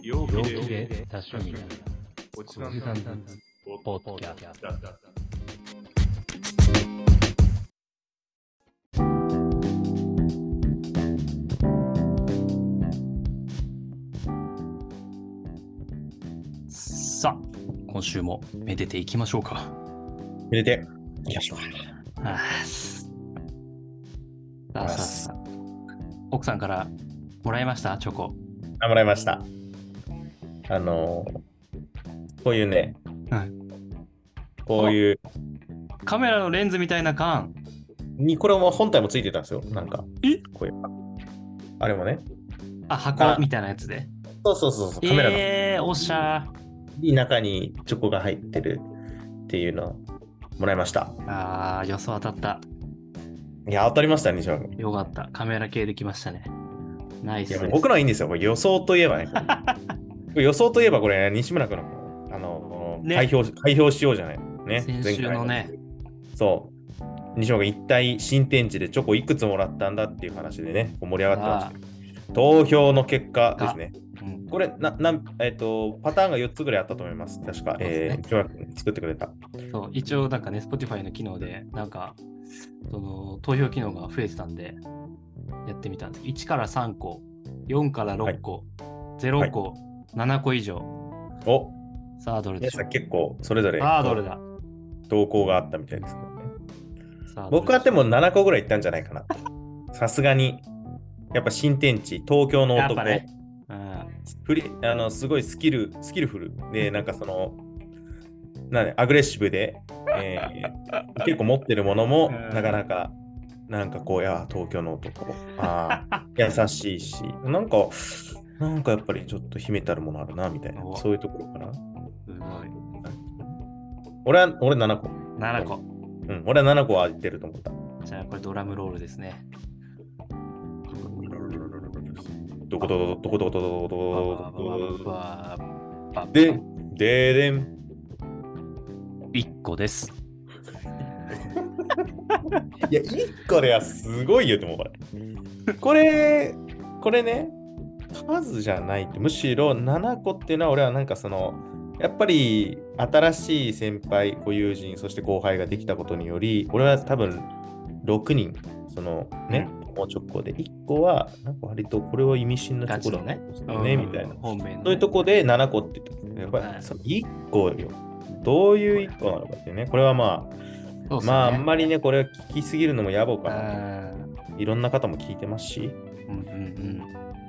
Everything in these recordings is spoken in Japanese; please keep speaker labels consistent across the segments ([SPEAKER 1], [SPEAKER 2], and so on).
[SPEAKER 1] 陽気
[SPEAKER 2] 陽
[SPEAKER 1] で
[SPEAKER 2] 気で多趣味な
[SPEAKER 1] おじ
[SPEAKER 2] お
[SPEAKER 1] さん
[SPEAKER 2] じさ
[SPEAKER 1] だ
[SPEAKER 2] んだポッドキャストさあ今週もめでていきましょうか
[SPEAKER 3] 入れて、いきましょう。
[SPEAKER 2] あーすさあさあさあ奥さんからもらいましたチョコ
[SPEAKER 3] あ、もらいました。あのーこういうね、
[SPEAKER 2] はい
[SPEAKER 3] こういう、
[SPEAKER 2] カメラのレンズみたいな缶
[SPEAKER 3] にこれも本体もついてたんですよ。なんか、
[SPEAKER 2] え
[SPEAKER 3] こういう。あれもね、
[SPEAKER 2] あ
[SPEAKER 3] あ
[SPEAKER 2] 箱みたいなやつで
[SPEAKER 3] そうそうそうそう、カメラの
[SPEAKER 2] えー、おしゃ
[SPEAKER 3] 中にチョコが入ってるっていうのをもらいました。
[SPEAKER 2] ーあー予想当たった
[SPEAKER 3] いや、当たりましたね、西村君。
[SPEAKER 2] よかった。カメラ系できましたね。ナイ
[SPEAKER 3] い
[SPEAKER 2] ス
[SPEAKER 3] や
[SPEAKER 2] です。
[SPEAKER 3] 僕のはいいんですよ。これ予想といえばね。 これ予想といえばこれ、西村君の、あのー、
[SPEAKER 2] ね
[SPEAKER 3] 開票し、開票しようじゃない。ね、
[SPEAKER 2] 先週のね。
[SPEAKER 3] そう。西野が一体新天地でチョコいくつもらったんだっていう話でね、こう盛り上がってました。投票の結果ですね。
[SPEAKER 2] うん
[SPEAKER 3] これ、ななんえっとパターンが4つぐらいあったと思います。確か、えー、今日作ってくれた。
[SPEAKER 2] そう一応、なんかね、Spotify の機能で、なんか、その投票機能が増えてたんで、やってみたんです。1から3個、4から6個、0個、7個以上。
[SPEAKER 3] お
[SPEAKER 2] さあ、どれで
[SPEAKER 3] 皆
[SPEAKER 2] しょ
[SPEAKER 3] さん
[SPEAKER 2] う
[SPEAKER 3] 結構それぞれ
[SPEAKER 2] さあ、どれだ
[SPEAKER 3] 投稿があったみたいですね。
[SPEAKER 2] さあどれしょう
[SPEAKER 3] 僕はでも7個ぐらいいったんじゃないかな。さすがに、やっぱ新天地、東京の
[SPEAKER 2] やっ
[SPEAKER 3] 男、
[SPEAKER 2] ぱね、うん、
[SPEAKER 3] フリあのすごいスキル、スキルフルで、なんかその、なんでアグレッシブで、えー結構持ってるものも、
[SPEAKER 2] うん
[SPEAKER 3] なかなか、なんかこう、いや、東京の男、あー優しいし、なんか、なんかやっぱりちょっと秘めたるものあるな、みたいな
[SPEAKER 2] う、わ
[SPEAKER 3] そういうところかな。
[SPEAKER 2] すごい。
[SPEAKER 3] 俺は、俺7個。
[SPEAKER 2] 7個。
[SPEAKER 3] うん、俺は7個は言ってると思った。
[SPEAKER 2] じゃあ、これドラムロールですね。
[SPEAKER 3] どこどこどこどこどこどこどこどこで
[SPEAKER 2] で、
[SPEAKER 3] ででん。
[SPEAKER 2] 1個です。
[SPEAKER 3] いや、1個ではすごいよ、でもこれ。これ、これね、数じゃないって、むしろ7個っていうのは、俺はなんかその、やっぱり新しい先輩、ご友人、そして後輩ができたことにより、俺は多分6人、そのね、もう直行で、1個は、なんか割とこれは意味深なところだね、ねみたいな。
[SPEAKER 2] 本命の
[SPEAKER 3] そういうとこで7個って言ってたやっぱ
[SPEAKER 2] は
[SPEAKER 3] り
[SPEAKER 2] い
[SPEAKER 3] その1個よ。どういう1個なのかっていうね。これはまあ、
[SPEAKER 2] そうっすね
[SPEAKER 3] まああんまりね、これは聞きすぎるのも野暮かな。
[SPEAKER 2] うん
[SPEAKER 3] いろんな方も聞いてますし、
[SPEAKER 2] うんうんうん。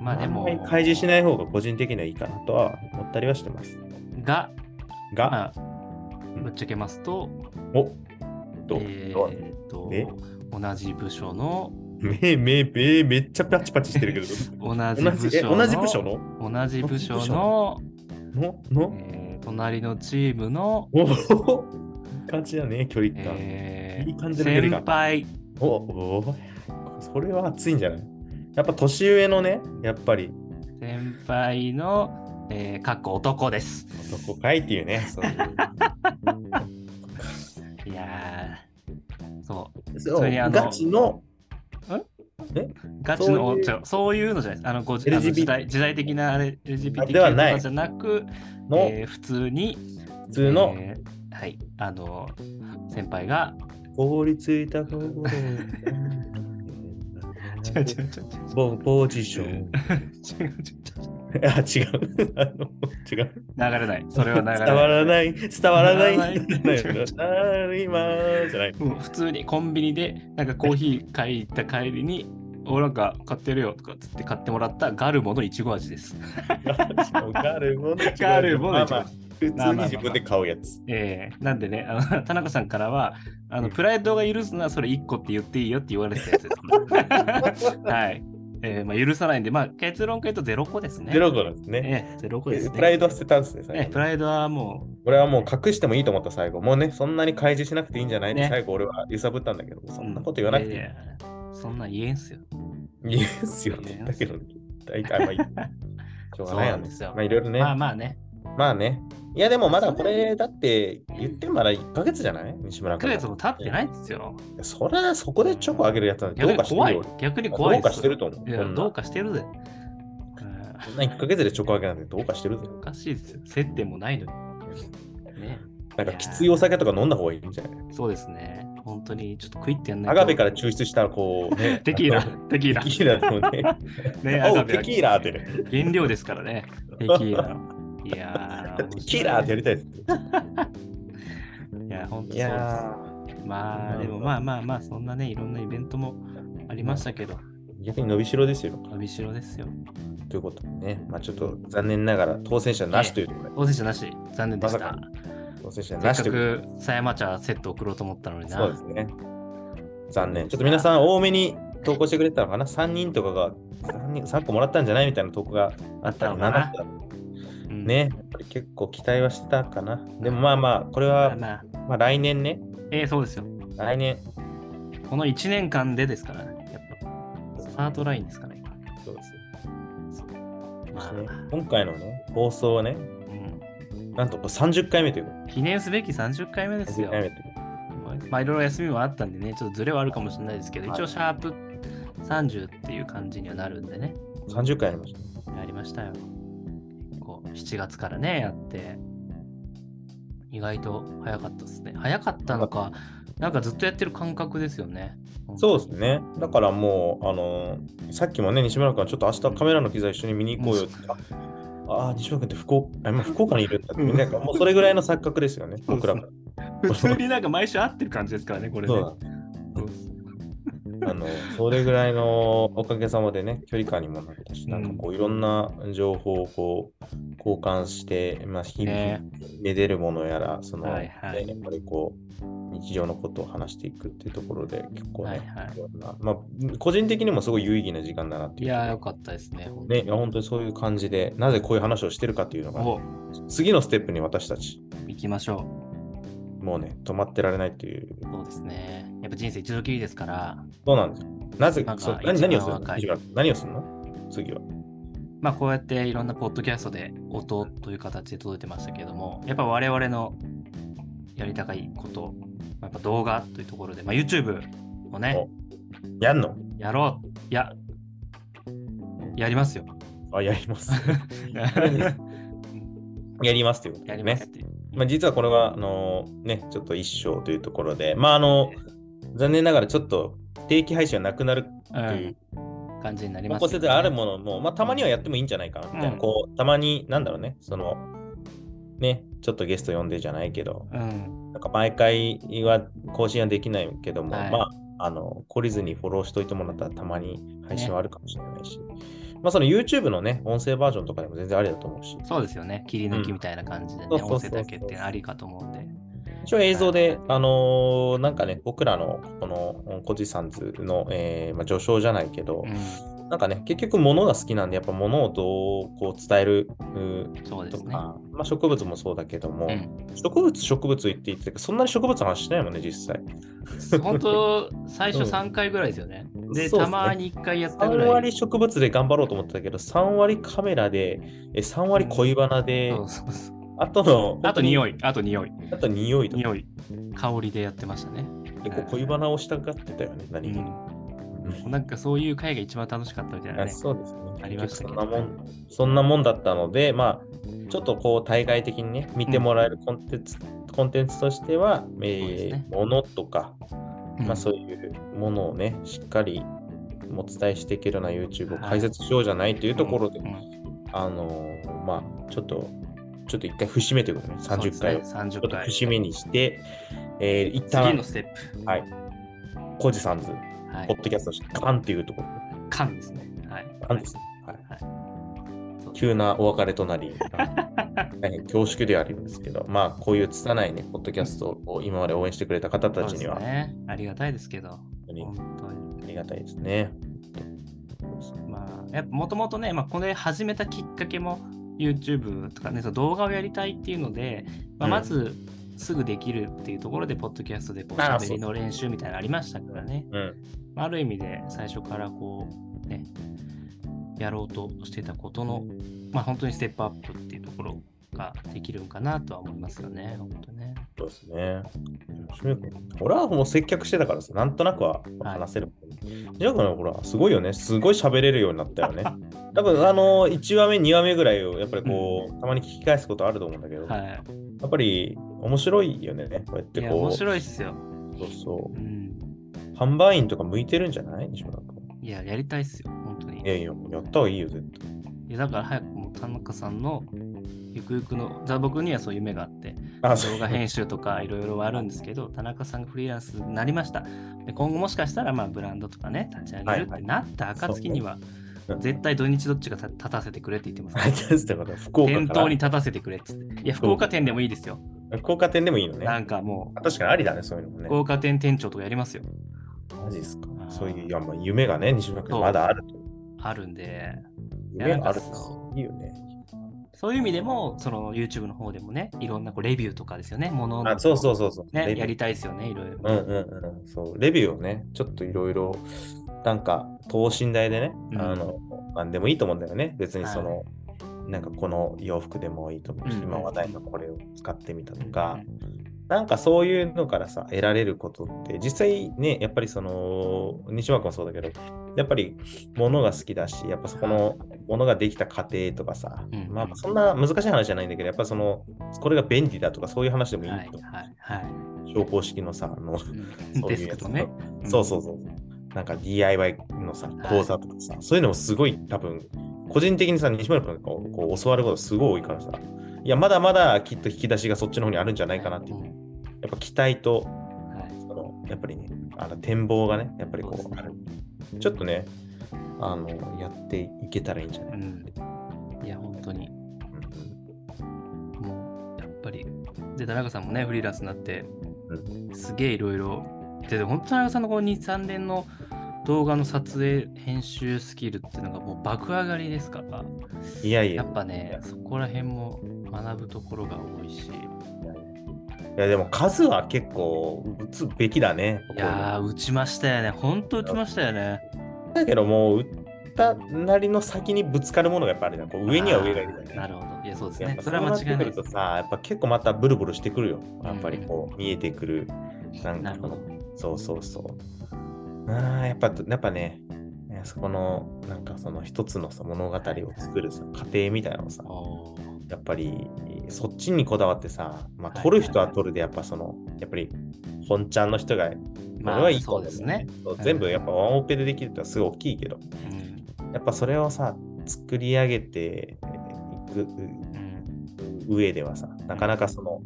[SPEAKER 2] まあでも
[SPEAKER 3] あんまり、開示しない方が個人的にはいいかなとは思ったりはしてます。
[SPEAKER 2] が、
[SPEAKER 3] が、
[SPEAKER 2] まあ、ぶっちゃけますと、
[SPEAKER 3] おどう
[SPEAKER 2] え
[SPEAKER 3] どう
[SPEAKER 2] ーっと
[SPEAKER 3] ね、
[SPEAKER 2] 同じ部署の、
[SPEAKER 3] めめめめっちゃパチパチしてる けど。
[SPEAKER 2] 同じ
[SPEAKER 3] 同
[SPEAKER 2] 部
[SPEAKER 3] じえ
[SPEAKER 2] 署の、
[SPEAKER 3] 同じ部署の
[SPEAKER 2] 同じ部署の、
[SPEAKER 3] のの
[SPEAKER 2] えー隣のチームの、
[SPEAKER 3] おお感じだね、距離感。
[SPEAKER 2] えー
[SPEAKER 3] いい感じの距離感
[SPEAKER 2] 先輩、
[SPEAKER 3] おおそれは熱いんじゃないやっぱ年上のね、やっぱり
[SPEAKER 2] 先輩の、えー、かっこ男です。
[SPEAKER 3] 男かいっていうね。そう
[SPEAKER 2] いやー、そう。
[SPEAKER 3] そ
[SPEAKER 2] それにあの
[SPEAKER 3] ガチの
[SPEAKER 2] ガチの
[SPEAKER 3] そういう
[SPEAKER 2] ちょそういうのじゃないです。あのごじあの
[SPEAKER 3] LGBT
[SPEAKER 2] 時代時代的なあれ LGBT
[SPEAKER 3] ではない
[SPEAKER 2] 系とかじゃなく、
[SPEAKER 3] の
[SPEAKER 2] えー普通に、
[SPEAKER 3] 普通の
[SPEAKER 2] えーはい、あの先輩 が、
[SPEAKER 3] 凍りついた心を
[SPEAKER 2] 違う違う違う
[SPEAKER 3] ポポジション。
[SPEAKER 2] 違う違う違う
[SPEAKER 3] あ、違う。あの違う。
[SPEAKER 2] 流れない。 それは流れない。
[SPEAKER 3] 伝わらない。伝わら
[SPEAKER 2] 伝わらな
[SPEAKER 3] ない。
[SPEAKER 2] い
[SPEAKER 3] なりますじゃない。
[SPEAKER 2] うん普通にコンビニでなんかコーヒー買い行った帰りに、おなんか買ってるよとかっつって買ってもらったガルボのいちご味です。
[SPEAKER 3] ガルボの違う
[SPEAKER 2] ガルボの
[SPEAKER 3] まあ
[SPEAKER 2] いち
[SPEAKER 3] ま
[SPEAKER 2] ご
[SPEAKER 3] あ
[SPEAKER 2] 味。
[SPEAKER 3] 普通に自分で買うやつ。
[SPEAKER 2] ええなんでね、あの 田中さんからは、あのプライドが許すならそれ1個って言っていいよって言われてたやつ です。はい。えーまあ、許さないんで、まあ、結論から言うと0個ですね。
[SPEAKER 3] ゼロ個なんです
[SPEAKER 2] え
[SPEAKER 3] ね。
[SPEAKER 2] え0個です
[SPEAKER 3] え
[SPEAKER 2] ね。
[SPEAKER 3] プライドは捨てたんですね。
[SPEAKER 2] ええプ
[SPEAKER 3] 最後ね
[SPEAKER 2] ライドはも
[SPEAKER 3] 俺はもう隠してもいいと思った最後。もうね、そんなに開示しなくていいんじゃないって
[SPEAKER 2] ね
[SPEAKER 3] 最後俺は揺さぶったんだけど、
[SPEAKER 2] う、
[SPEAKER 3] そんなこと言わなくていい
[SPEAKER 2] いやいやそんなん言えんすよ。
[SPEAKER 3] いいですよね。だけど、大 体まあいい。しょうがないよ
[SPEAKER 2] そうなんで
[SPEAKER 3] ね
[SPEAKER 2] すよ。
[SPEAKER 3] まあいろいろね。
[SPEAKER 2] ま
[SPEAKER 3] ま
[SPEAKER 2] あ
[SPEAKER 3] あ、
[SPEAKER 2] まあね、
[SPEAKER 3] ね。いやでもまだこれだって言ってもまだ1ヶ月じゃない西村
[SPEAKER 2] 1
[SPEAKER 3] 君。
[SPEAKER 2] ヶ月も経ってないですよ。
[SPEAKER 3] そりゃそこでチョコあげるやつなんて
[SPEAKER 2] 逆
[SPEAKER 3] どう
[SPEAKER 2] に
[SPEAKER 3] かして
[SPEAKER 2] 怖
[SPEAKER 3] る
[SPEAKER 2] い
[SPEAKER 3] よ。。
[SPEAKER 2] 逆に
[SPEAKER 3] ど
[SPEAKER 2] 怖いうで
[SPEAKER 3] か
[SPEAKER 2] す
[SPEAKER 3] し
[SPEAKER 2] よ
[SPEAKER 3] てると思う。
[SPEAKER 2] い
[SPEAKER 3] こ
[SPEAKER 2] や
[SPEAKER 3] んな
[SPEAKER 2] どうかしてるぜ。うん
[SPEAKER 3] そんな1ヶ月でチョコ揚げなんてどうかしてるぜ。
[SPEAKER 2] おかしいですよ。接点もないのに。ね。
[SPEAKER 3] なんかきついお酒とか飲んだ方がいいんじゃない
[SPEAKER 2] そうですね。本当にちょっと食いってやんない
[SPEAKER 3] アガベから抽出したこう、ね
[SPEAKER 2] テキーラ
[SPEAKER 3] あの、
[SPEAKER 2] テキーラ
[SPEAKER 3] テ。キーラのね。
[SPEAKER 2] ね、
[SPEAKER 3] お
[SPEAKER 2] ア
[SPEAKER 3] う、テキーラーってね。
[SPEAKER 2] ラ。原料ですからね。テキーラ。いやー、
[SPEAKER 3] テキーラーってやりたいです。
[SPEAKER 2] いや、本当そ
[SPEAKER 3] い
[SPEAKER 2] うで
[SPEAKER 3] や
[SPEAKER 2] す。まあ、でもまあまあまあ、そんなね、いろんなイベントもありましたけど、
[SPEAKER 3] ー、逆に伸びしろですよ。
[SPEAKER 2] 伸びしろですよ。
[SPEAKER 3] ということでね、まあちょっと残念ながら当選者なしということで、
[SPEAKER 2] 大選手なし、残念でし
[SPEAKER 3] まさ
[SPEAKER 2] た
[SPEAKER 3] か。当選者
[SPEAKER 2] せ
[SPEAKER 3] な
[SPEAKER 2] っ
[SPEAKER 3] し
[SPEAKER 2] か
[SPEAKER 3] ということで
[SPEAKER 2] く、狭山茶セット送ろうと思ったのにな。
[SPEAKER 3] そうですね。残念。ちょっと皆さん多めに投稿してくれてたのかな ?3 人とかが 3, 人3個もらったんじゃないみたいな投稿があったのか
[SPEAKER 2] あ
[SPEAKER 3] な
[SPEAKER 2] ったうん
[SPEAKER 3] ね、やっぱり結構期待はしてたかな。でもまあまあ、これ
[SPEAKER 2] まあ
[SPEAKER 3] は、
[SPEAKER 2] まあ、
[SPEAKER 3] まあ、来年ね。
[SPEAKER 2] ええそうですよ。
[SPEAKER 3] 来年。
[SPEAKER 2] この1年間でですからね。やっぱスタートラインですから、今。
[SPEAKER 3] そうですね
[SPEAKER 2] まあ、
[SPEAKER 3] 今回のね、放送はね、
[SPEAKER 2] うん
[SPEAKER 3] なんとこれ30回目ということ
[SPEAKER 2] 記念すべき30回目です
[SPEAKER 3] 30
[SPEAKER 2] よ。
[SPEAKER 3] 回目というこ
[SPEAKER 2] まあ、いろいろ休みもあったんでね、ちょっとずれはあるかもしれないですけど、
[SPEAKER 3] はい
[SPEAKER 2] 一応、シャープ30っていう感じにはなるんでね、
[SPEAKER 3] とで30回やりました。
[SPEAKER 2] やりましたよ。こう7月からね、やって、意外と早かったですね。早かったのか、なんかずっとやってる感覚ですよね。
[SPEAKER 3] そうですね。だからもう、あのーさっきもね、西村君はちょっと明日カメラの機材一緒に見に行こうよって。ああー、西村君って福岡あ今福岡にいるんだって、
[SPEAKER 2] うん
[SPEAKER 3] なんかもうそれぐらいの錯覚ですよね、
[SPEAKER 2] そう
[SPEAKER 3] 僕
[SPEAKER 2] ですね
[SPEAKER 3] ら
[SPEAKER 2] 普
[SPEAKER 3] も。
[SPEAKER 2] 通になんか毎週会ってる感じですからね、これね。
[SPEAKER 3] そう
[SPEAKER 2] そうです
[SPEAKER 3] だあのそれぐらいのおかげさまでね、距離感にもなったし、
[SPEAKER 2] うん
[SPEAKER 3] なんかこういろんな情報をこう交換して、まあ、日々
[SPEAKER 2] ね
[SPEAKER 3] めでるものやら、その、
[SPEAKER 2] はいはい
[SPEAKER 3] ねやっぱりこう、日常のことを話していくっていうところで、結構ね、
[SPEAKER 2] はいいはい。
[SPEAKER 3] ろんなまあ、個人的にもすごい有意義な時間だなってい
[SPEAKER 2] い
[SPEAKER 3] う。
[SPEAKER 2] やー、よかったですね。
[SPEAKER 3] ね、いや本当にそういう感じで、なぜこういう話をしてるかというのがね、
[SPEAKER 2] お
[SPEAKER 3] 次のステップに私たち、
[SPEAKER 2] 行きましょ
[SPEAKER 3] もうね、止まってられないという。
[SPEAKER 2] う。そうですね。やっぱ人生一度きりですから、
[SPEAKER 3] そうなんですよ。なぜ
[SPEAKER 2] なん、か
[SPEAKER 3] そう何何を
[SPEAKER 2] 一
[SPEAKER 3] する
[SPEAKER 2] 番若
[SPEAKER 3] の
[SPEAKER 2] い
[SPEAKER 3] 西村君何をするの次は。
[SPEAKER 2] まあこうやっていろんなポッドキャストで音という形で届いてましたけれども、やっぱ我々のやりたいこと、まあやっぱ動画というところで、まあ、YouTube をね
[SPEAKER 3] お、やんの
[SPEAKER 2] やろう、いや、やり ますよ。
[SPEAKER 3] あ、やり ます。やりますということ
[SPEAKER 2] や
[SPEAKER 3] で
[SPEAKER 2] り
[SPEAKER 3] ね
[SPEAKER 2] ますっ。ていう。
[SPEAKER 3] まあ、実はこれは、あのね、ちょっと一生というところで、まあ、あの、残念ながらちょっと定期配信はなくなる
[SPEAKER 2] う、
[SPEAKER 3] というん
[SPEAKER 2] 感じになりま
[SPEAKER 3] 方
[SPEAKER 2] す
[SPEAKER 3] 向
[SPEAKER 2] けど
[SPEAKER 3] 性であるものも、まあ、たまにはやってもいいんじゃないかなみたいな、
[SPEAKER 2] うん
[SPEAKER 3] こう、たまに、なんだろうね、その、ね、ちょっとゲスト呼んでじゃないけど、
[SPEAKER 2] うん、
[SPEAKER 3] なんか毎回は更新はできないけども、
[SPEAKER 2] はい
[SPEAKER 3] まあ、あの、懲りずにフォローしといてもらったらたまに配信はあるかもしれないし、まあ、その YouTube のね、音声バージョンとかでも全然ありだと思うし、
[SPEAKER 2] そうですよね。切り抜きみたいな感じでね、
[SPEAKER 3] うんそうそう
[SPEAKER 2] 音
[SPEAKER 3] そう
[SPEAKER 2] 声
[SPEAKER 3] そ
[SPEAKER 2] だ
[SPEAKER 3] う
[SPEAKER 2] けっていうのありかと思うんで。
[SPEAKER 3] 一応映像で、あのーなんかね、僕らのこのコジさんズの、えーまあ、序章じゃないけど、
[SPEAKER 2] う
[SPEAKER 3] なんかね、結局物が好きなんで、やっぱ物をどうこう伝えるうー
[SPEAKER 2] ん、そうで
[SPEAKER 3] と
[SPEAKER 2] す
[SPEAKER 3] か、
[SPEAKER 2] ね。
[SPEAKER 3] まあ、植物もそうだけども、
[SPEAKER 2] うん、
[SPEAKER 3] 植物、植物言って言ってたけど、そんなに植物の話しないもんね、実際。
[SPEAKER 2] 本当、最初
[SPEAKER 3] うん
[SPEAKER 2] 3回ぐらいですよね。で、
[SPEAKER 3] そうですね
[SPEAKER 2] たまに1回やったぐら
[SPEAKER 3] 3
[SPEAKER 2] い。
[SPEAKER 3] 割植物で頑張ろうと思ってたけど、3割カメラで、え3割恋バナで、
[SPEAKER 2] そうそうそう
[SPEAKER 3] あとの、
[SPEAKER 2] あと
[SPEAKER 3] い。
[SPEAKER 2] 匂い、あと匂い、
[SPEAKER 3] あと匂いとか。
[SPEAKER 2] 匂い、香りでやってましたね。
[SPEAKER 3] 結構恋バナをしたがってたよね、何気に。
[SPEAKER 2] うん、なんかそういう会が一番楽しかったみたいな
[SPEAKER 3] あ
[SPEAKER 2] ね。
[SPEAKER 3] そうですね。
[SPEAKER 2] ありましたけど
[SPEAKER 3] 結局そんなもん、そんなもんだったので、まあ、ちょっとこう、対外的にね、見てもらえるコンテンツ、コンテンツとしては、え
[SPEAKER 2] そうですね
[SPEAKER 3] ー、ものとか、
[SPEAKER 2] うん
[SPEAKER 3] まあ、そういうものをね、しっかりお伝えしていけるような YouTube を解説しようじゃないというところで、
[SPEAKER 2] うんうん
[SPEAKER 3] あのーまあ、ちょっと、ちょっと一回節目ということね、
[SPEAKER 2] そうで
[SPEAKER 3] 30
[SPEAKER 2] すね
[SPEAKER 3] 回を。ちょっ
[SPEAKER 2] 30
[SPEAKER 3] と
[SPEAKER 2] 回。
[SPEAKER 3] 節目にして、えー、一
[SPEAKER 2] 次の
[SPEAKER 3] 旦、
[SPEAKER 2] ステッ
[SPEAKER 3] はい。コージさんズ、
[SPEAKER 2] プ。は
[SPEAKER 3] ポッ
[SPEAKER 2] い
[SPEAKER 3] ド。キャストして、カンっていうところ。
[SPEAKER 2] 缶ですね。はい。
[SPEAKER 3] カンですね。はい。
[SPEAKER 2] そうです
[SPEAKER 3] 急なお別れと なり、大変恐縮ではあるんですけど、まあ、こういう拙いね、ポッドキャストを今まで応援してくれた方たちには、
[SPEAKER 2] そうですね。ありがたいですけど、
[SPEAKER 3] 本当に
[SPEAKER 2] 本当に。
[SPEAKER 3] ありがたいですね。
[SPEAKER 2] まあ、やっぱもともとね、まあ、これ始めたきっかけも YouTube とかね、その動画をやりたいっていうので、まあ、
[SPEAKER 3] うん
[SPEAKER 2] まずすぐできるっていうところで、ポッドキャストでこうし
[SPEAKER 3] あ
[SPEAKER 2] ゃ
[SPEAKER 3] あ
[SPEAKER 2] べりの練習みたいなのありましたからね、
[SPEAKER 3] うん。
[SPEAKER 2] まあ、ある意味で最初からこう、ね、やろうとしてたことの、まあ、本当にステップアップっていうところができるんかなとは思いますよね、本当ね。
[SPEAKER 3] そうですね。ホラーも接客してたからさ、なんとなくは話せる。ジョー君はほら、すごいよね。すごい喋れるようになったよ ね。多分、あの、1話目、2話目ぐらいを、やっぱりこう、たまに聞き返すことあると思うんだけど、
[SPEAKER 2] は
[SPEAKER 3] や
[SPEAKER 2] い。
[SPEAKER 3] っぱり面白いよね。こうやって
[SPEAKER 2] いや、
[SPEAKER 3] こ
[SPEAKER 2] 面
[SPEAKER 3] う、
[SPEAKER 2] 白いっすよ。
[SPEAKER 3] そうそうう。
[SPEAKER 2] ん。
[SPEAKER 3] 販売員とか向いてるんじゃない西村君。
[SPEAKER 2] いや、やりたいっすよ、本当に。
[SPEAKER 3] いやいや、もうやった方がいいよ、絶対。
[SPEAKER 2] いやだから早くもう田中さんのゆくゆくのざ僕にはそういう夢があって
[SPEAKER 3] あ、
[SPEAKER 2] 動画編集とかいろいろはあるんですけど田中さんがフリーランスになりましたで今後もしかしたらまあブランドとかね立ち上げるっ
[SPEAKER 3] は
[SPEAKER 2] て
[SPEAKER 3] い
[SPEAKER 2] なった暁には
[SPEAKER 3] そうね
[SPEAKER 2] 絶対土日どっちが立立たせてくれって言ってます
[SPEAKER 3] あ、そうですってこと福岡
[SPEAKER 2] 店
[SPEAKER 3] か
[SPEAKER 2] 頭
[SPEAKER 3] ら
[SPEAKER 2] に立たせてくれっつっていや福岡店でもいいですよ
[SPEAKER 3] 福岡店でもいいのね。
[SPEAKER 2] なんかもう
[SPEAKER 3] 確かにありだね、そういうのもね
[SPEAKER 2] 福。岡店店長とかやりますよ
[SPEAKER 3] マジですか
[SPEAKER 2] あー。
[SPEAKER 3] そういう、いやまあ夢がね、西村
[SPEAKER 2] そ
[SPEAKER 3] 君
[SPEAKER 2] う
[SPEAKER 3] まだあると。
[SPEAKER 2] あるんでや
[SPEAKER 3] 夢がある
[SPEAKER 2] なんかそ
[SPEAKER 3] といいよね。
[SPEAKER 2] そういう意味でもその YouTube の方でもねいろんなこうレビューとかですよねもの
[SPEAKER 3] あ、
[SPEAKER 2] の
[SPEAKER 3] そうそうそうそう。
[SPEAKER 2] ね
[SPEAKER 3] レビュー
[SPEAKER 2] やりたいですよねいろいろ
[SPEAKER 3] うんうんうん。そう、レビューをね、ちょっといろいろ、なんか、等身大でね、
[SPEAKER 2] うん
[SPEAKER 3] あの、なんでもいいと思うんだよね。別にそ
[SPEAKER 2] は
[SPEAKER 3] の、なんかこの洋服でもいいと思うし、
[SPEAKER 2] うん
[SPEAKER 3] 今話題のこれを使ってみたと
[SPEAKER 2] う
[SPEAKER 3] か
[SPEAKER 2] ん、
[SPEAKER 3] なんかそういうのからさ、得られることって、実際ね、やっぱりその、西村君もそうだけど、やっぱり物が好きだし、やっぱそこの物ができた過程とかさ、
[SPEAKER 2] うん
[SPEAKER 3] まあまあそんな難しい話じゃないんだけど、やっぱその、これが便利だとかそういう話でもいい
[SPEAKER 2] はい
[SPEAKER 3] と。
[SPEAKER 2] はいはい。
[SPEAKER 3] 昇降式のさ、あの、
[SPEAKER 2] うん
[SPEAKER 3] そう
[SPEAKER 2] デ
[SPEAKER 3] い
[SPEAKER 2] ス
[SPEAKER 3] うや
[SPEAKER 2] ク
[SPEAKER 3] つ
[SPEAKER 2] とね。
[SPEAKER 3] そうそうそう。なんか DIY のさ、講座とかさ、そういうのもすごい多分、個人的にさ、西村君がこうこう教わることすごい多いからさ、いや、まだまだきっと引き出しがそっちの方にあるんじゃないかなっていうう、
[SPEAKER 2] ん
[SPEAKER 3] やっぱ期待と、
[SPEAKER 2] はい
[SPEAKER 3] そのやっぱりね、あの展望がね、やっぱりこ
[SPEAKER 2] そうです
[SPEAKER 3] う
[SPEAKER 2] ね
[SPEAKER 3] ある。ちょっとね、あの、やっていけたらいいんじゃな
[SPEAKER 2] う
[SPEAKER 3] い、
[SPEAKER 2] ん。いや、本当に。もう、やっぱり。で、田中さんもね、フリーランスになって、すげえいろいろ。で、で本当田中さんのこの2、3年の動画の撮影、編集スキルっていうのがもう爆上がりですから、
[SPEAKER 3] いやい
[SPEAKER 2] や
[SPEAKER 3] や
[SPEAKER 2] っ、ぱね、そこら辺も学ぶところが多いし、
[SPEAKER 3] いやでも数は結構打つべきだね。
[SPEAKER 2] いやー、打ちましたよね。本当打ちましたよね。
[SPEAKER 3] だけどもう打ったなりの先にぶつかるものがやっぱあるじゃん。こう上には上がいるじゃん
[SPEAKER 2] なるほど。いや、そうです
[SPEAKER 3] やっ
[SPEAKER 2] ね
[SPEAKER 3] ぱ。
[SPEAKER 2] そ
[SPEAKER 3] そ
[SPEAKER 2] れ
[SPEAKER 3] れ
[SPEAKER 2] は
[SPEAKER 3] は
[SPEAKER 2] 間
[SPEAKER 3] 間
[SPEAKER 2] 違
[SPEAKER 3] 違
[SPEAKER 2] いな
[SPEAKER 3] いないい
[SPEAKER 2] です
[SPEAKER 3] と。さ、やっぱ結構またブルブルしてくるよ。やっぱりこう見えてくる。なん
[SPEAKER 2] な
[SPEAKER 3] か
[SPEAKER 2] る
[SPEAKER 3] こ
[SPEAKER 2] ほど
[SPEAKER 3] の。そうそうそう。ああ、やっぱ、やっぱね、ねそこの、なんかその一つのさ物語を作るさ、過程みたいなのをさ、
[SPEAKER 2] おー
[SPEAKER 3] やっぱりそっちにこだわってさ、ま
[SPEAKER 2] は
[SPEAKER 3] あ、
[SPEAKER 2] い
[SPEAKER 3] 撮る人は撮るで、やっぱその、やっぱり本ちゃんの人が、
[SPEAKER 2] まあ、
[SPEAKER 3] これはいい
[SPEAKER 2] そ
[SPEAKER 3] と
[SPEAKER 2] う
[SPEAKER 3] 思
[SPEAKER 2] ですね。。
[SPEAKER 3] そう全部やっぱワンオペでできるってのはすごい大きいけど、
[SPEAKER 2] うん
[SPEAKER 3] やっぱそれをさ、作り上げていく
[SPEAKER 2] うん
[SPEAKER 3] 上ではさ、なかなかその、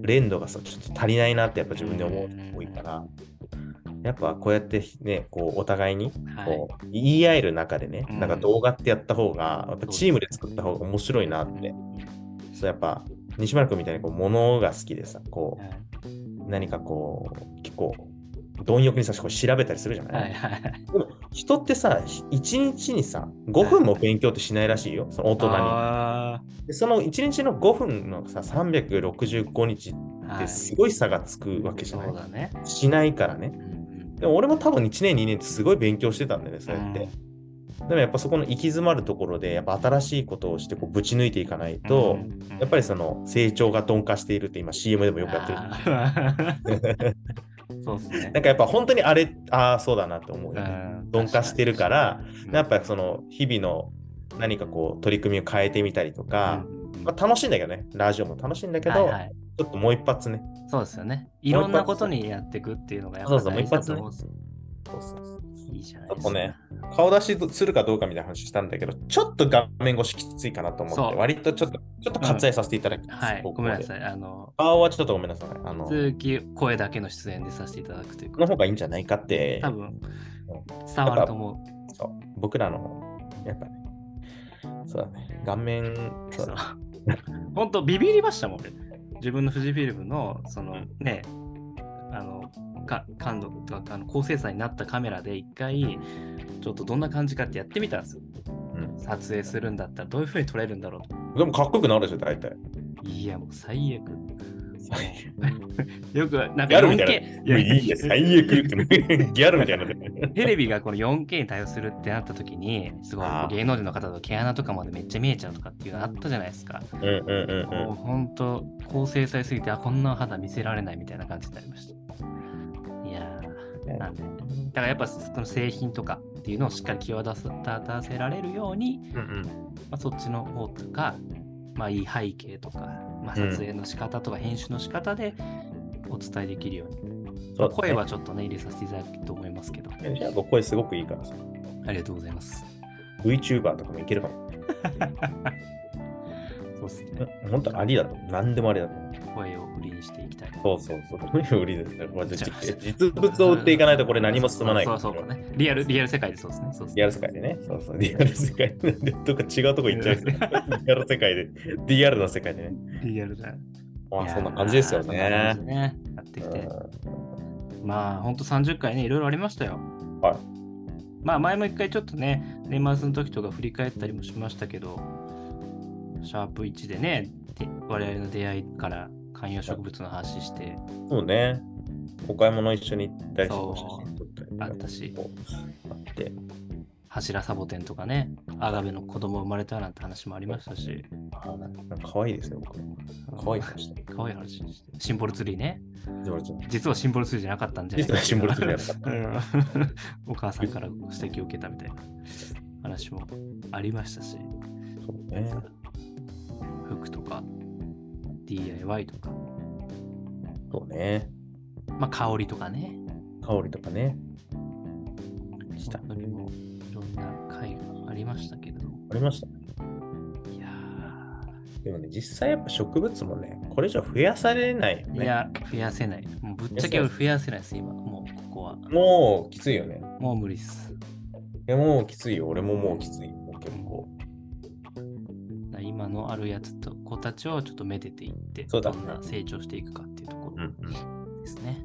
[SPEAKER 3] 連度がさ、ちょっと足りないなってやっぱ自分で思う人多いから、やっぱこうやってね、こうお互いに
[SPEAKER 2] はい
[SPEAKER 3] こう言い合える中でね、
[SPEAKER 2] うん
[SPEAKER 3] なんか動画ってやった方が、やっぱチームで作った方が面白いなって、そうやっぱ西村君みたいにこう物が好きでさ、こ
[SPEAKER 2] はいう
[SPEAKER 3] 何かこう、結構、貪欲にさ、こう調べたりするじゃない、
[SPEAKER 2] はいはい。
[SPEAKER 3] でも人ってさ、1日にさ、5分も勉強ってしないらしいよ、その大人
[SPEAKER 2] あ
[SPEAKER 3] に。でその1日の5分のさ、365日っ
[SPEAKER 2] ーは
[SPEAKER 3] て
[SPEAKER 2] い
[SPEAKER 3] すごい差がつくわけじゃ
[SPEAKER 2] そ
[SPEAKER 3] な
[SPEAKER 2] う
[SPEAKER 3] い、
[SPEAKER 2] だね。
[SPEAKER 3] しないからね。
[SPEAKER 2] うん
[SPEAKER 3] でも俺も多分1年2年ってすごい勉強してたんだよね、そうやって。でもやっぱそこの行き詰まるところで、やっぱ新しいことをしてこうぶち抜いていかないと、やっぱりその成長が鈍化しているって今 CM でも
[SPEAKER 2] り
[SPEAKER 3] よくやってる。
[SPEAKER 2] る。 そうですね
[SPEAKER 3] な。んかやっぱ本当にあれ、ああ、そうだなと思うよね、
[SPEAKER 2] うん
[SPEAKER 3] 鈍化してるから、
[SPEAKER 2] うん
[SPEAKER 3] やっぱその日々の何かこう取り組みを変えてみたりとか、
[SPEAKER 2] うん
[SPEAKER 3] まあ、楽しいんだけどね、ラジオも楽しいんだけど、
[SPEAKER 2] はいはい
[SPEAKER 3] ちょっともう一発ね。
[SPEAKER 2] そうですよね。いろんなことにやっていくっていうのがやっぱ
[SPEAKER 3] そうそうもう
[SPEAKER 2] 大
[SPEAKER 3] 一
[SPEAKER 2] 事だ
[SPEAKER 3] 発
[SPEAKER 2] と
[SPEAKER 3] ね
[SPEAKER 2] 思うんですよ。
[SPEAKER 3] そうそうそう
[SPEAKER 2] いいじゃないです
[SPEAKER 3] ちょ
[SPEAKER 2] か。
[SPEAKER 3] っとね顔出しするかどうかみたいな話したんだけど、ちょっと画面越しきついかなと思
[SPEAKER 2] そ
[SPEAKER 3] っ
[SPEAKER 2] う
[SPEAKER 3] て、割とちょっと、ちょっと割愛させていただきます。
[SPEAKER 2] はい。
[SPEAKER 3] こ
[SPEAKER 2] ご
[SPEAKER 3] こ
[SPEAKER 2] め
[SPEAKER 3] ま
[SPEAKER 2] ん
[SPEAKER 3] で
[SPEAKER 2] なさい。あの、
[SPEAKER 3] 顔はちょっとごめんなさい。あの、
[SPEAKER 2] 続き声だけの出演でさせていただくという
[SPEAKER 3] の
[SPEAKER 2] か、
[SPEAKER 3] 方がいいんじゃないかって、
[SPEAKER 2] 多分伝わると思う。
[SPEAKER 3] そう僕らの、やっぱね、そうだね、顔面、そうだね
[SPEAKER 2] 本当ビビりましたもん俺自分の富士フィルムのそのねあのか感度とかあの高精細になったカメラで一回ちょっとどんな感じかってやってみたんですよ
[SPEAKER 3] うん
[SPEAKER 2] 撮影するんだったらどういう風に撮れるんだろう
[SPEAKER 3] でもかっこよくなるでしょ、大体。
[SPEAKER 2] といやもう最悪よく、なんか
[SPEAKER 3] やるみたい
[SPEAKER 2] 4K、
[SPEAKER 3] いや、いいや、最悪って、ギャルみたいになってる。
[SPEAKER 2] テレビがこの 4K に対応するってなった時に、すごい
[SPEAKER 3] あー
[SPEAKER 2] 芸能人の方と毛穴とかまでめっちゃ見えちゃうとかっていうのあったじゃないですか。
[SPEAKER 3] うんうんうんうん
[SPEAKER 2] もう本当、高精細すぎて、あ、こんな肌見せられないみたいな感じになりました。いやー、なんで。だからやっぱその製品とかっていうのをしっかり際立たせられるように、
[SPEAKER 3] うんうん。
[SPEAKER 2] まあ、そっちの方とか、まあ、いい背景とか、まあ、
[SPEAKER 3] うん
[SPEAKER 2] 撮影の仕方とか編集の仕方でお伝えできるように、
[SPEAKER 3] そうですね
[SPEAKER 2] 声はちょっとね入れさせていただくと思いますけど
[SPEAKER 3] じゃあ、声すごくいいからさ。
[SPEAKER 2] ありがとうございます
[SPEAKER 3] VTuber とかもいけるかも。
[SPEAKER 2] そうですね
[SPEAKER 3] 本当ありだと思う。何でもありだと思う。
[SPEAKER 2] 声を売りにしていきたい
[SPEAKER 3] そうそうそう。どういう売りですかこれ実実物を売っていかないとこれ何も進まない
[SPEAKER 2] そうそうそうかねリアルリアル世界でそうですねそうですね
[SPEAKER 3] リアル世界でね。そうそう。リアル世界で。どっか違うとこ 行っちゃう。リアル世界で。DR の世界でね。
[SPEAKER 2] リアルだ
[SPEAKER 3] まあ、
[SPEAKER 2] いやー
[SPEAKER 3] そんな感じですよ
[SPEAKER 2] そんな感
[SPEAKER 3] ね
[SPEAKER 2] じ。でねやってきてまあほんと30回ねいろいろありましたよ
[SPEAKER 3] はい
[SPEAKER 2] まあ前も一回ちょっとね年末の時とか振り返ったりもしましたけどシャープ1でねで我々の出会いから観葉植物の話して
[SPEAKER 3] うんそうね。お買い物一緒に行ったりして
[SPEAKER 2] そう
[SPEAKER 3] 写真撮ったり
[SPEAKER 2] あったし
[SPEAKER 3] こうあって。
[SPEAKER 2] 柱サボテンとかねアガベの子供生まれたなんて話もありましたし
[SPEAKER 3] あなんか可愛いですね、僕。可愛い話だ。
[SPEAKER 2] 可愛い話してシンボルツリーね
[SPEAKER 3] ジョージ
[SPEAKER 2] 実はシンボルツリーじゃなかったんじゃない
[SPEAKER 3] 実はシンボルツリーやっ
[SPEAKER 2] うん お母さんからご指摘を受けたみたいな話もありましたし、
[SPEAKER 3] そうね。
[SPEAKER 2] 服とか DIY とか、
[SPEAKER 3] そうね。
[SPEAKER 2] まあ、香りとかね、
[SPEAKER 3] 香りとかね。した
[SPEAKER 2] 本当にもういろんな回がありましたけれども、
[SPEAKER 3] ありました。
[SPEAKER 2] いや
[SPEAKER 3] でもね、実際やっぱ植物もね、これ以上増やされないよ
[SPEAKER 2] ー、い
[SPEAKER 3] ね。
[SPEAKER 2] や、増やせない。もうぶっちゃけ俺増やせないです、今、もうここは。
[SPEAKER 3] もうきついよね。
[SPEAKER 2] もう無理っす。
[SPEAKER 3] いやもうきついよ。俺ももうきつい。もう結構。
[SPEAKER 2] だから今のあるやつと子たちをちょっとめでていって、
[SPEAKER 3] そうだ
[SPEAKER 2] どんな成長していくかっていうとこ
[SPEAKER 3] うんうん。
[SPEAKER 2] ろですね。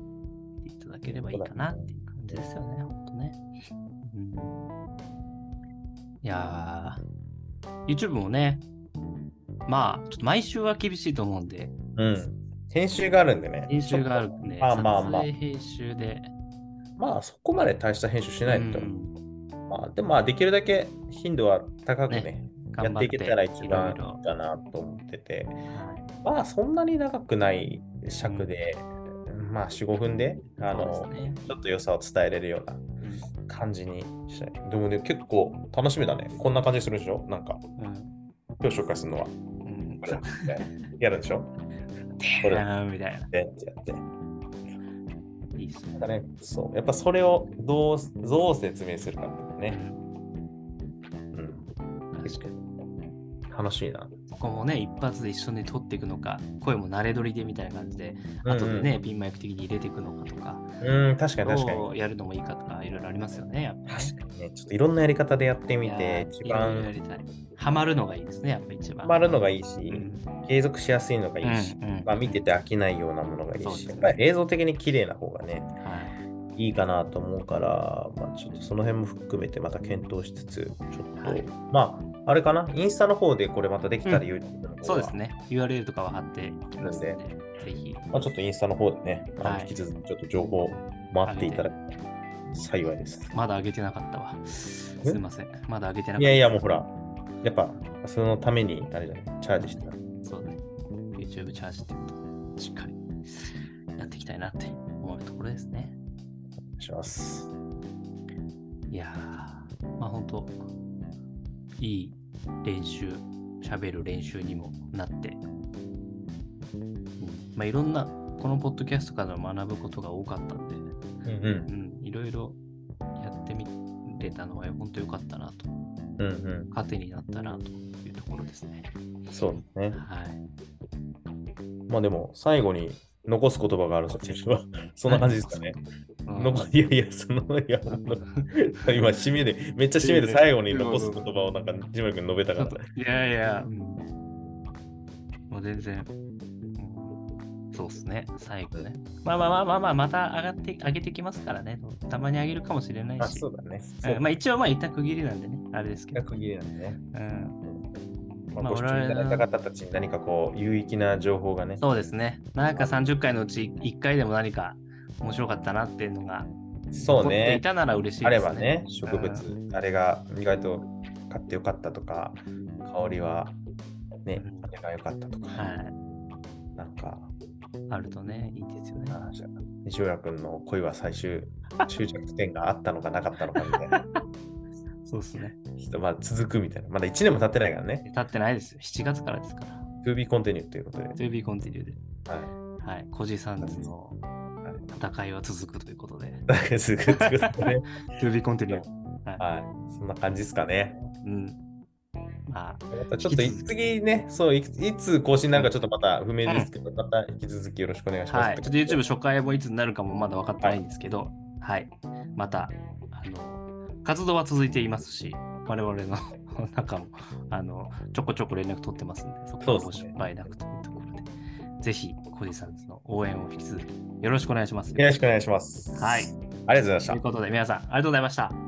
[SPEAKER 2] いただければいいかなっていう感じですよね、ほんとね。うん、いやー、YouTube もね、まあ、ちょっと毎週は厳しいと思うんで、
[SPEAKER 3] うん。編集があるんでね。
[SPEAKER 2] 編集があるんで、
[SPEAKER 3] まあまあまあ
[SPEAKER 2] 撮影編集で。
[SPEAKER 3] まあそこまで大した編集しないと。
[SPEAKER 2] うん
[SPEAKER 3] まあでもまあできるだけ頻度は高くね、
[SPEAKER 2] ね
[SPEAKER 3] や
[SPEAKER 2] 頑
[SPEAKER 3] っ
[SPEAKER 2] 張
[SPEAKER 3] て
[SPEAKER 2] っ
[SPEAKER 3] い
[SPEAKER 2] て
[SPEAKER 3] け
[SPEAKER 2] い
[SPEAKER 3] たら一
[SPEAKER 2] ろ
[SPEAKER 3] 番
[SPEAKER 2] いろ
[SPEAKER 3] いいかなと思ってて。
[SPEAKER 2] はい
[SPEAKER 3] まあそんなに長くない尺で、まあ4、5分で、あの、
[SPEAKER 2] そうですね
[SPEAKER 3] ちょっと良さを伝えれるような感じにしたい。でもね、結構楽しみだね。こんな感じするでしょなんか、
[SPEAKER 2] うん
[SPEAKER 3] 今日紹介するのは。
[SPEAKER 2] うん
[SPEAKER 3] これやるでしょこれや
[SPEAKER 2] うんみたいな。
[SPEAKER 3] ってやって。
[SPEAKER 2] いいっすね。
[SPEAKER 3] なんかね、そう。やっぱそれをどうどう説明するかっていう
[SPEAKER 2] う
[SPEAKER 3] ね。
[SPEAKER 2] ん
[SPEAKER 3] うん。
[SPEAKER 2] 確かに
[SPEAKER 3] 楽しいな。
[SPEAKER 2] そこもね、一発で一緒に撮っていくのか、声も慣れ取りでみたいな感じで、後でね、ピンマイク的に入れていくのかとか、
[SPEAKER 3] うんうん。うん、確かに確かに。
[SPEAKER 2] どうやるのもいいかとか、いろいろありますよね、やっぱね
[SPEAKER 3] 確かにね、ちょっといろんなやり方でやってみ
[SPEAKER 2] いや
[SPEAKER 3] て
[SPEAKER 2] ー、
[SPEAKER 3] 一
[SPEAKER 2] いろいろや
[SPEAKER 3] 番
[SPEAKER 2] りたい。ハマるのがいいですね、やっぱ一番。
[SPEAKER 3] ハマるのがいいし、
[SPEAKER 2] うん
[SPEAKER 3] 継続しやすいのがいいし、
[SPEAKER 2] うんうん
[SPEAKER 3] まあ、見てて飽きないようなものがい
[SPEAKER 2] そ
[SPEAKER 3] いう
[SPEAKER 2] です
[SPEAKER 3] し、
[SPEAKER 2] ね
[SPEAKER 3] やっぱり映像的に綺麗な方がね、
[SPEAKER 2] はい
[SPEAKER 3] いいかなと思うから、まあ、ちょっとその辺も含めてまた検討しつつ、ちょっと、
[SPEAKER 2] はい
[SPEAKER 3] まあ、あれかな、インスタの方でこれまたできたら
[SPEAKER 2] うん
[SPEAKER 3] YouTube の方が
[SPEAKER 2] そうです。ね、URL とかは貼っていきますので、ぜひ。
[SPEAKER 3] まあ、ちょっとインスタの方でね、あの
[SPEAKER 2] はい
[SPEAKER 3] 引き続きちょっと情報を待っていただけたら幸いです。
[SPEAKER 2] まだ上げてなかったわ。すいません。まだ上げてなかった。
[SPEAKER 3] いやいや、もうほら、やっぱ、そのために、あれじゃない、チャージしてた。
[SPEAKER 2] そうね。YouTube チャージってことをしっかりやっていきたいなって思うところですね。
[SPEAKER 3] お願いします。
[SPEAKER 2] いやー、まあ本当いい練習、喋る練習にもなって、うんまあいろんな、このポッドキャストから学ぶことが多かったんで、
[SPEAKER 3] うんう
[SPEAKER 2] う
[SPEAKER 3] ん
[SPEAKER 2] ん、いろいろやってみれたのは本当良かったなと、
[SPEAKER 3] うん
[SPEAKER 2] 糧になったなというところですね。
[SPEAKER 3] うん、そうですね。
[SPEAKER 2] はい。
[SPEAKER 3] まあでも、最後に残す言葉があると私は、 そんな感じですかね。
[SPEAKER 2] うん
[SPEAKER 3] 残いやいや、その、いや、あの今、締めで、めっちゃ締めで最後に残す言葉をなんか、ジム君述べた
[SPEAKER 2] ち
[SPEAKER 3] か
[SPEAKER 2] ょっ
[SPEAKER 3] っ
[SPEAKER 2] と
[SPEAKER 3] た。
[SPEAKER 2] いやいや、うんもう全然、うんそうっすね、最後ね。まあまあまあまあまあ、また上がって、上げてきますからね。たまに上げるかもしれないし。
[SPEAKER 3] うだね。
[SPEAKER 2] うんまあ一応まあ一旦区切りなんでね、あれですけど。
[SPEAKER 3] 区切りなんでね。
[SPEAKER 2] うん
[SPEAKER 3] まあ、
[SPEAKER 2] まあ
[SPEAKER 3] ご視聴いただいた方たちに何かこう、有益な情報がね、
[SPEAKER 2] そうですね。なんか30回のうち1回でも何か面白かったなっていうのが、
[SPEAKER 3] そう
[SPEAKER 2] 残って
[SPEAKER 3] ね
[SPEAKER 2] い、たなら嬉しい
[SPEAKER 3] あ
[SPEAKER 2] で
[SPEAKER 3] れ
[SPEAKER 2] すね。
[SPEAKER 3] ばね、植
[SPEAKER 2] うん
[SPEAKER 3] 物、あれが意外と買ってよかったとか、香りはね
[SPEAKER 2] うん、
[SPEAKER 3] あれが良かったとか、
[SPEAKER 2] は
[SPEAKER 3] なんか、
[SPEAKER 2] い。あるとね、いいですよね。
[SPEAKER 3] あじゃあ西浦君の恋は 最終終着点があったのかなかったのかみたいな、
[SPEAKER 2] そうですね。
[SPEAKER 3] ちょっとまだ続くみたいな、まだ1年も経ってないからね、
[SPEAKER 2] 経ってないですよ。7月からですから。
[SPEAKER 3] To be continued ということで、
[SPEAKER 2] To be continued で。
[SPEAKER 3] はい、
[SPEAKER 2] はい。コジサンズの戦いは続くということで。
[SPEAKER 3] なんか 続くってことでね、
[SPEAKER 2] To be continued。
[SPEAKER 3] はい、そんな感じですかね。
[SPEAKER 2] うん。まあ、
[SPEAKER 3] またちょっと
[SPEAKER 2] 引き続き
[SPEAKER 3] 次ね、そういついつ更新になるかちょっとまた不明ですけど、また引き続きよろしくお願いします。
[SPEAKER 2] はい。ちょっと YouTube 初回もいつになるかもまだ分かってないんですけど、はい。また、あの、活動は続いていますし、我々の 中も、あの、ちょこちょこ連絡取ってますんで、そこは
[SPEAKER 3] そう
[SPEAKER 2] ご
[SPEAKER 3] です
[SPEAKER 2] 失
[SPEAKER 3] ね
[SPEAKER 2] 敗なくというところで、ぜひ、コジさんの応援を引き続きよろしくお願いします。
[SPEAKER 3] よろしくお願いします。
[SPEAKER 2] はい。
[SPEAKER 3] ありがとうございまし
[SPEAKER 2] と
[SPEAKER 3] た
[SPEAKER 2] いう。ことで、皆さん、ありがとうございました。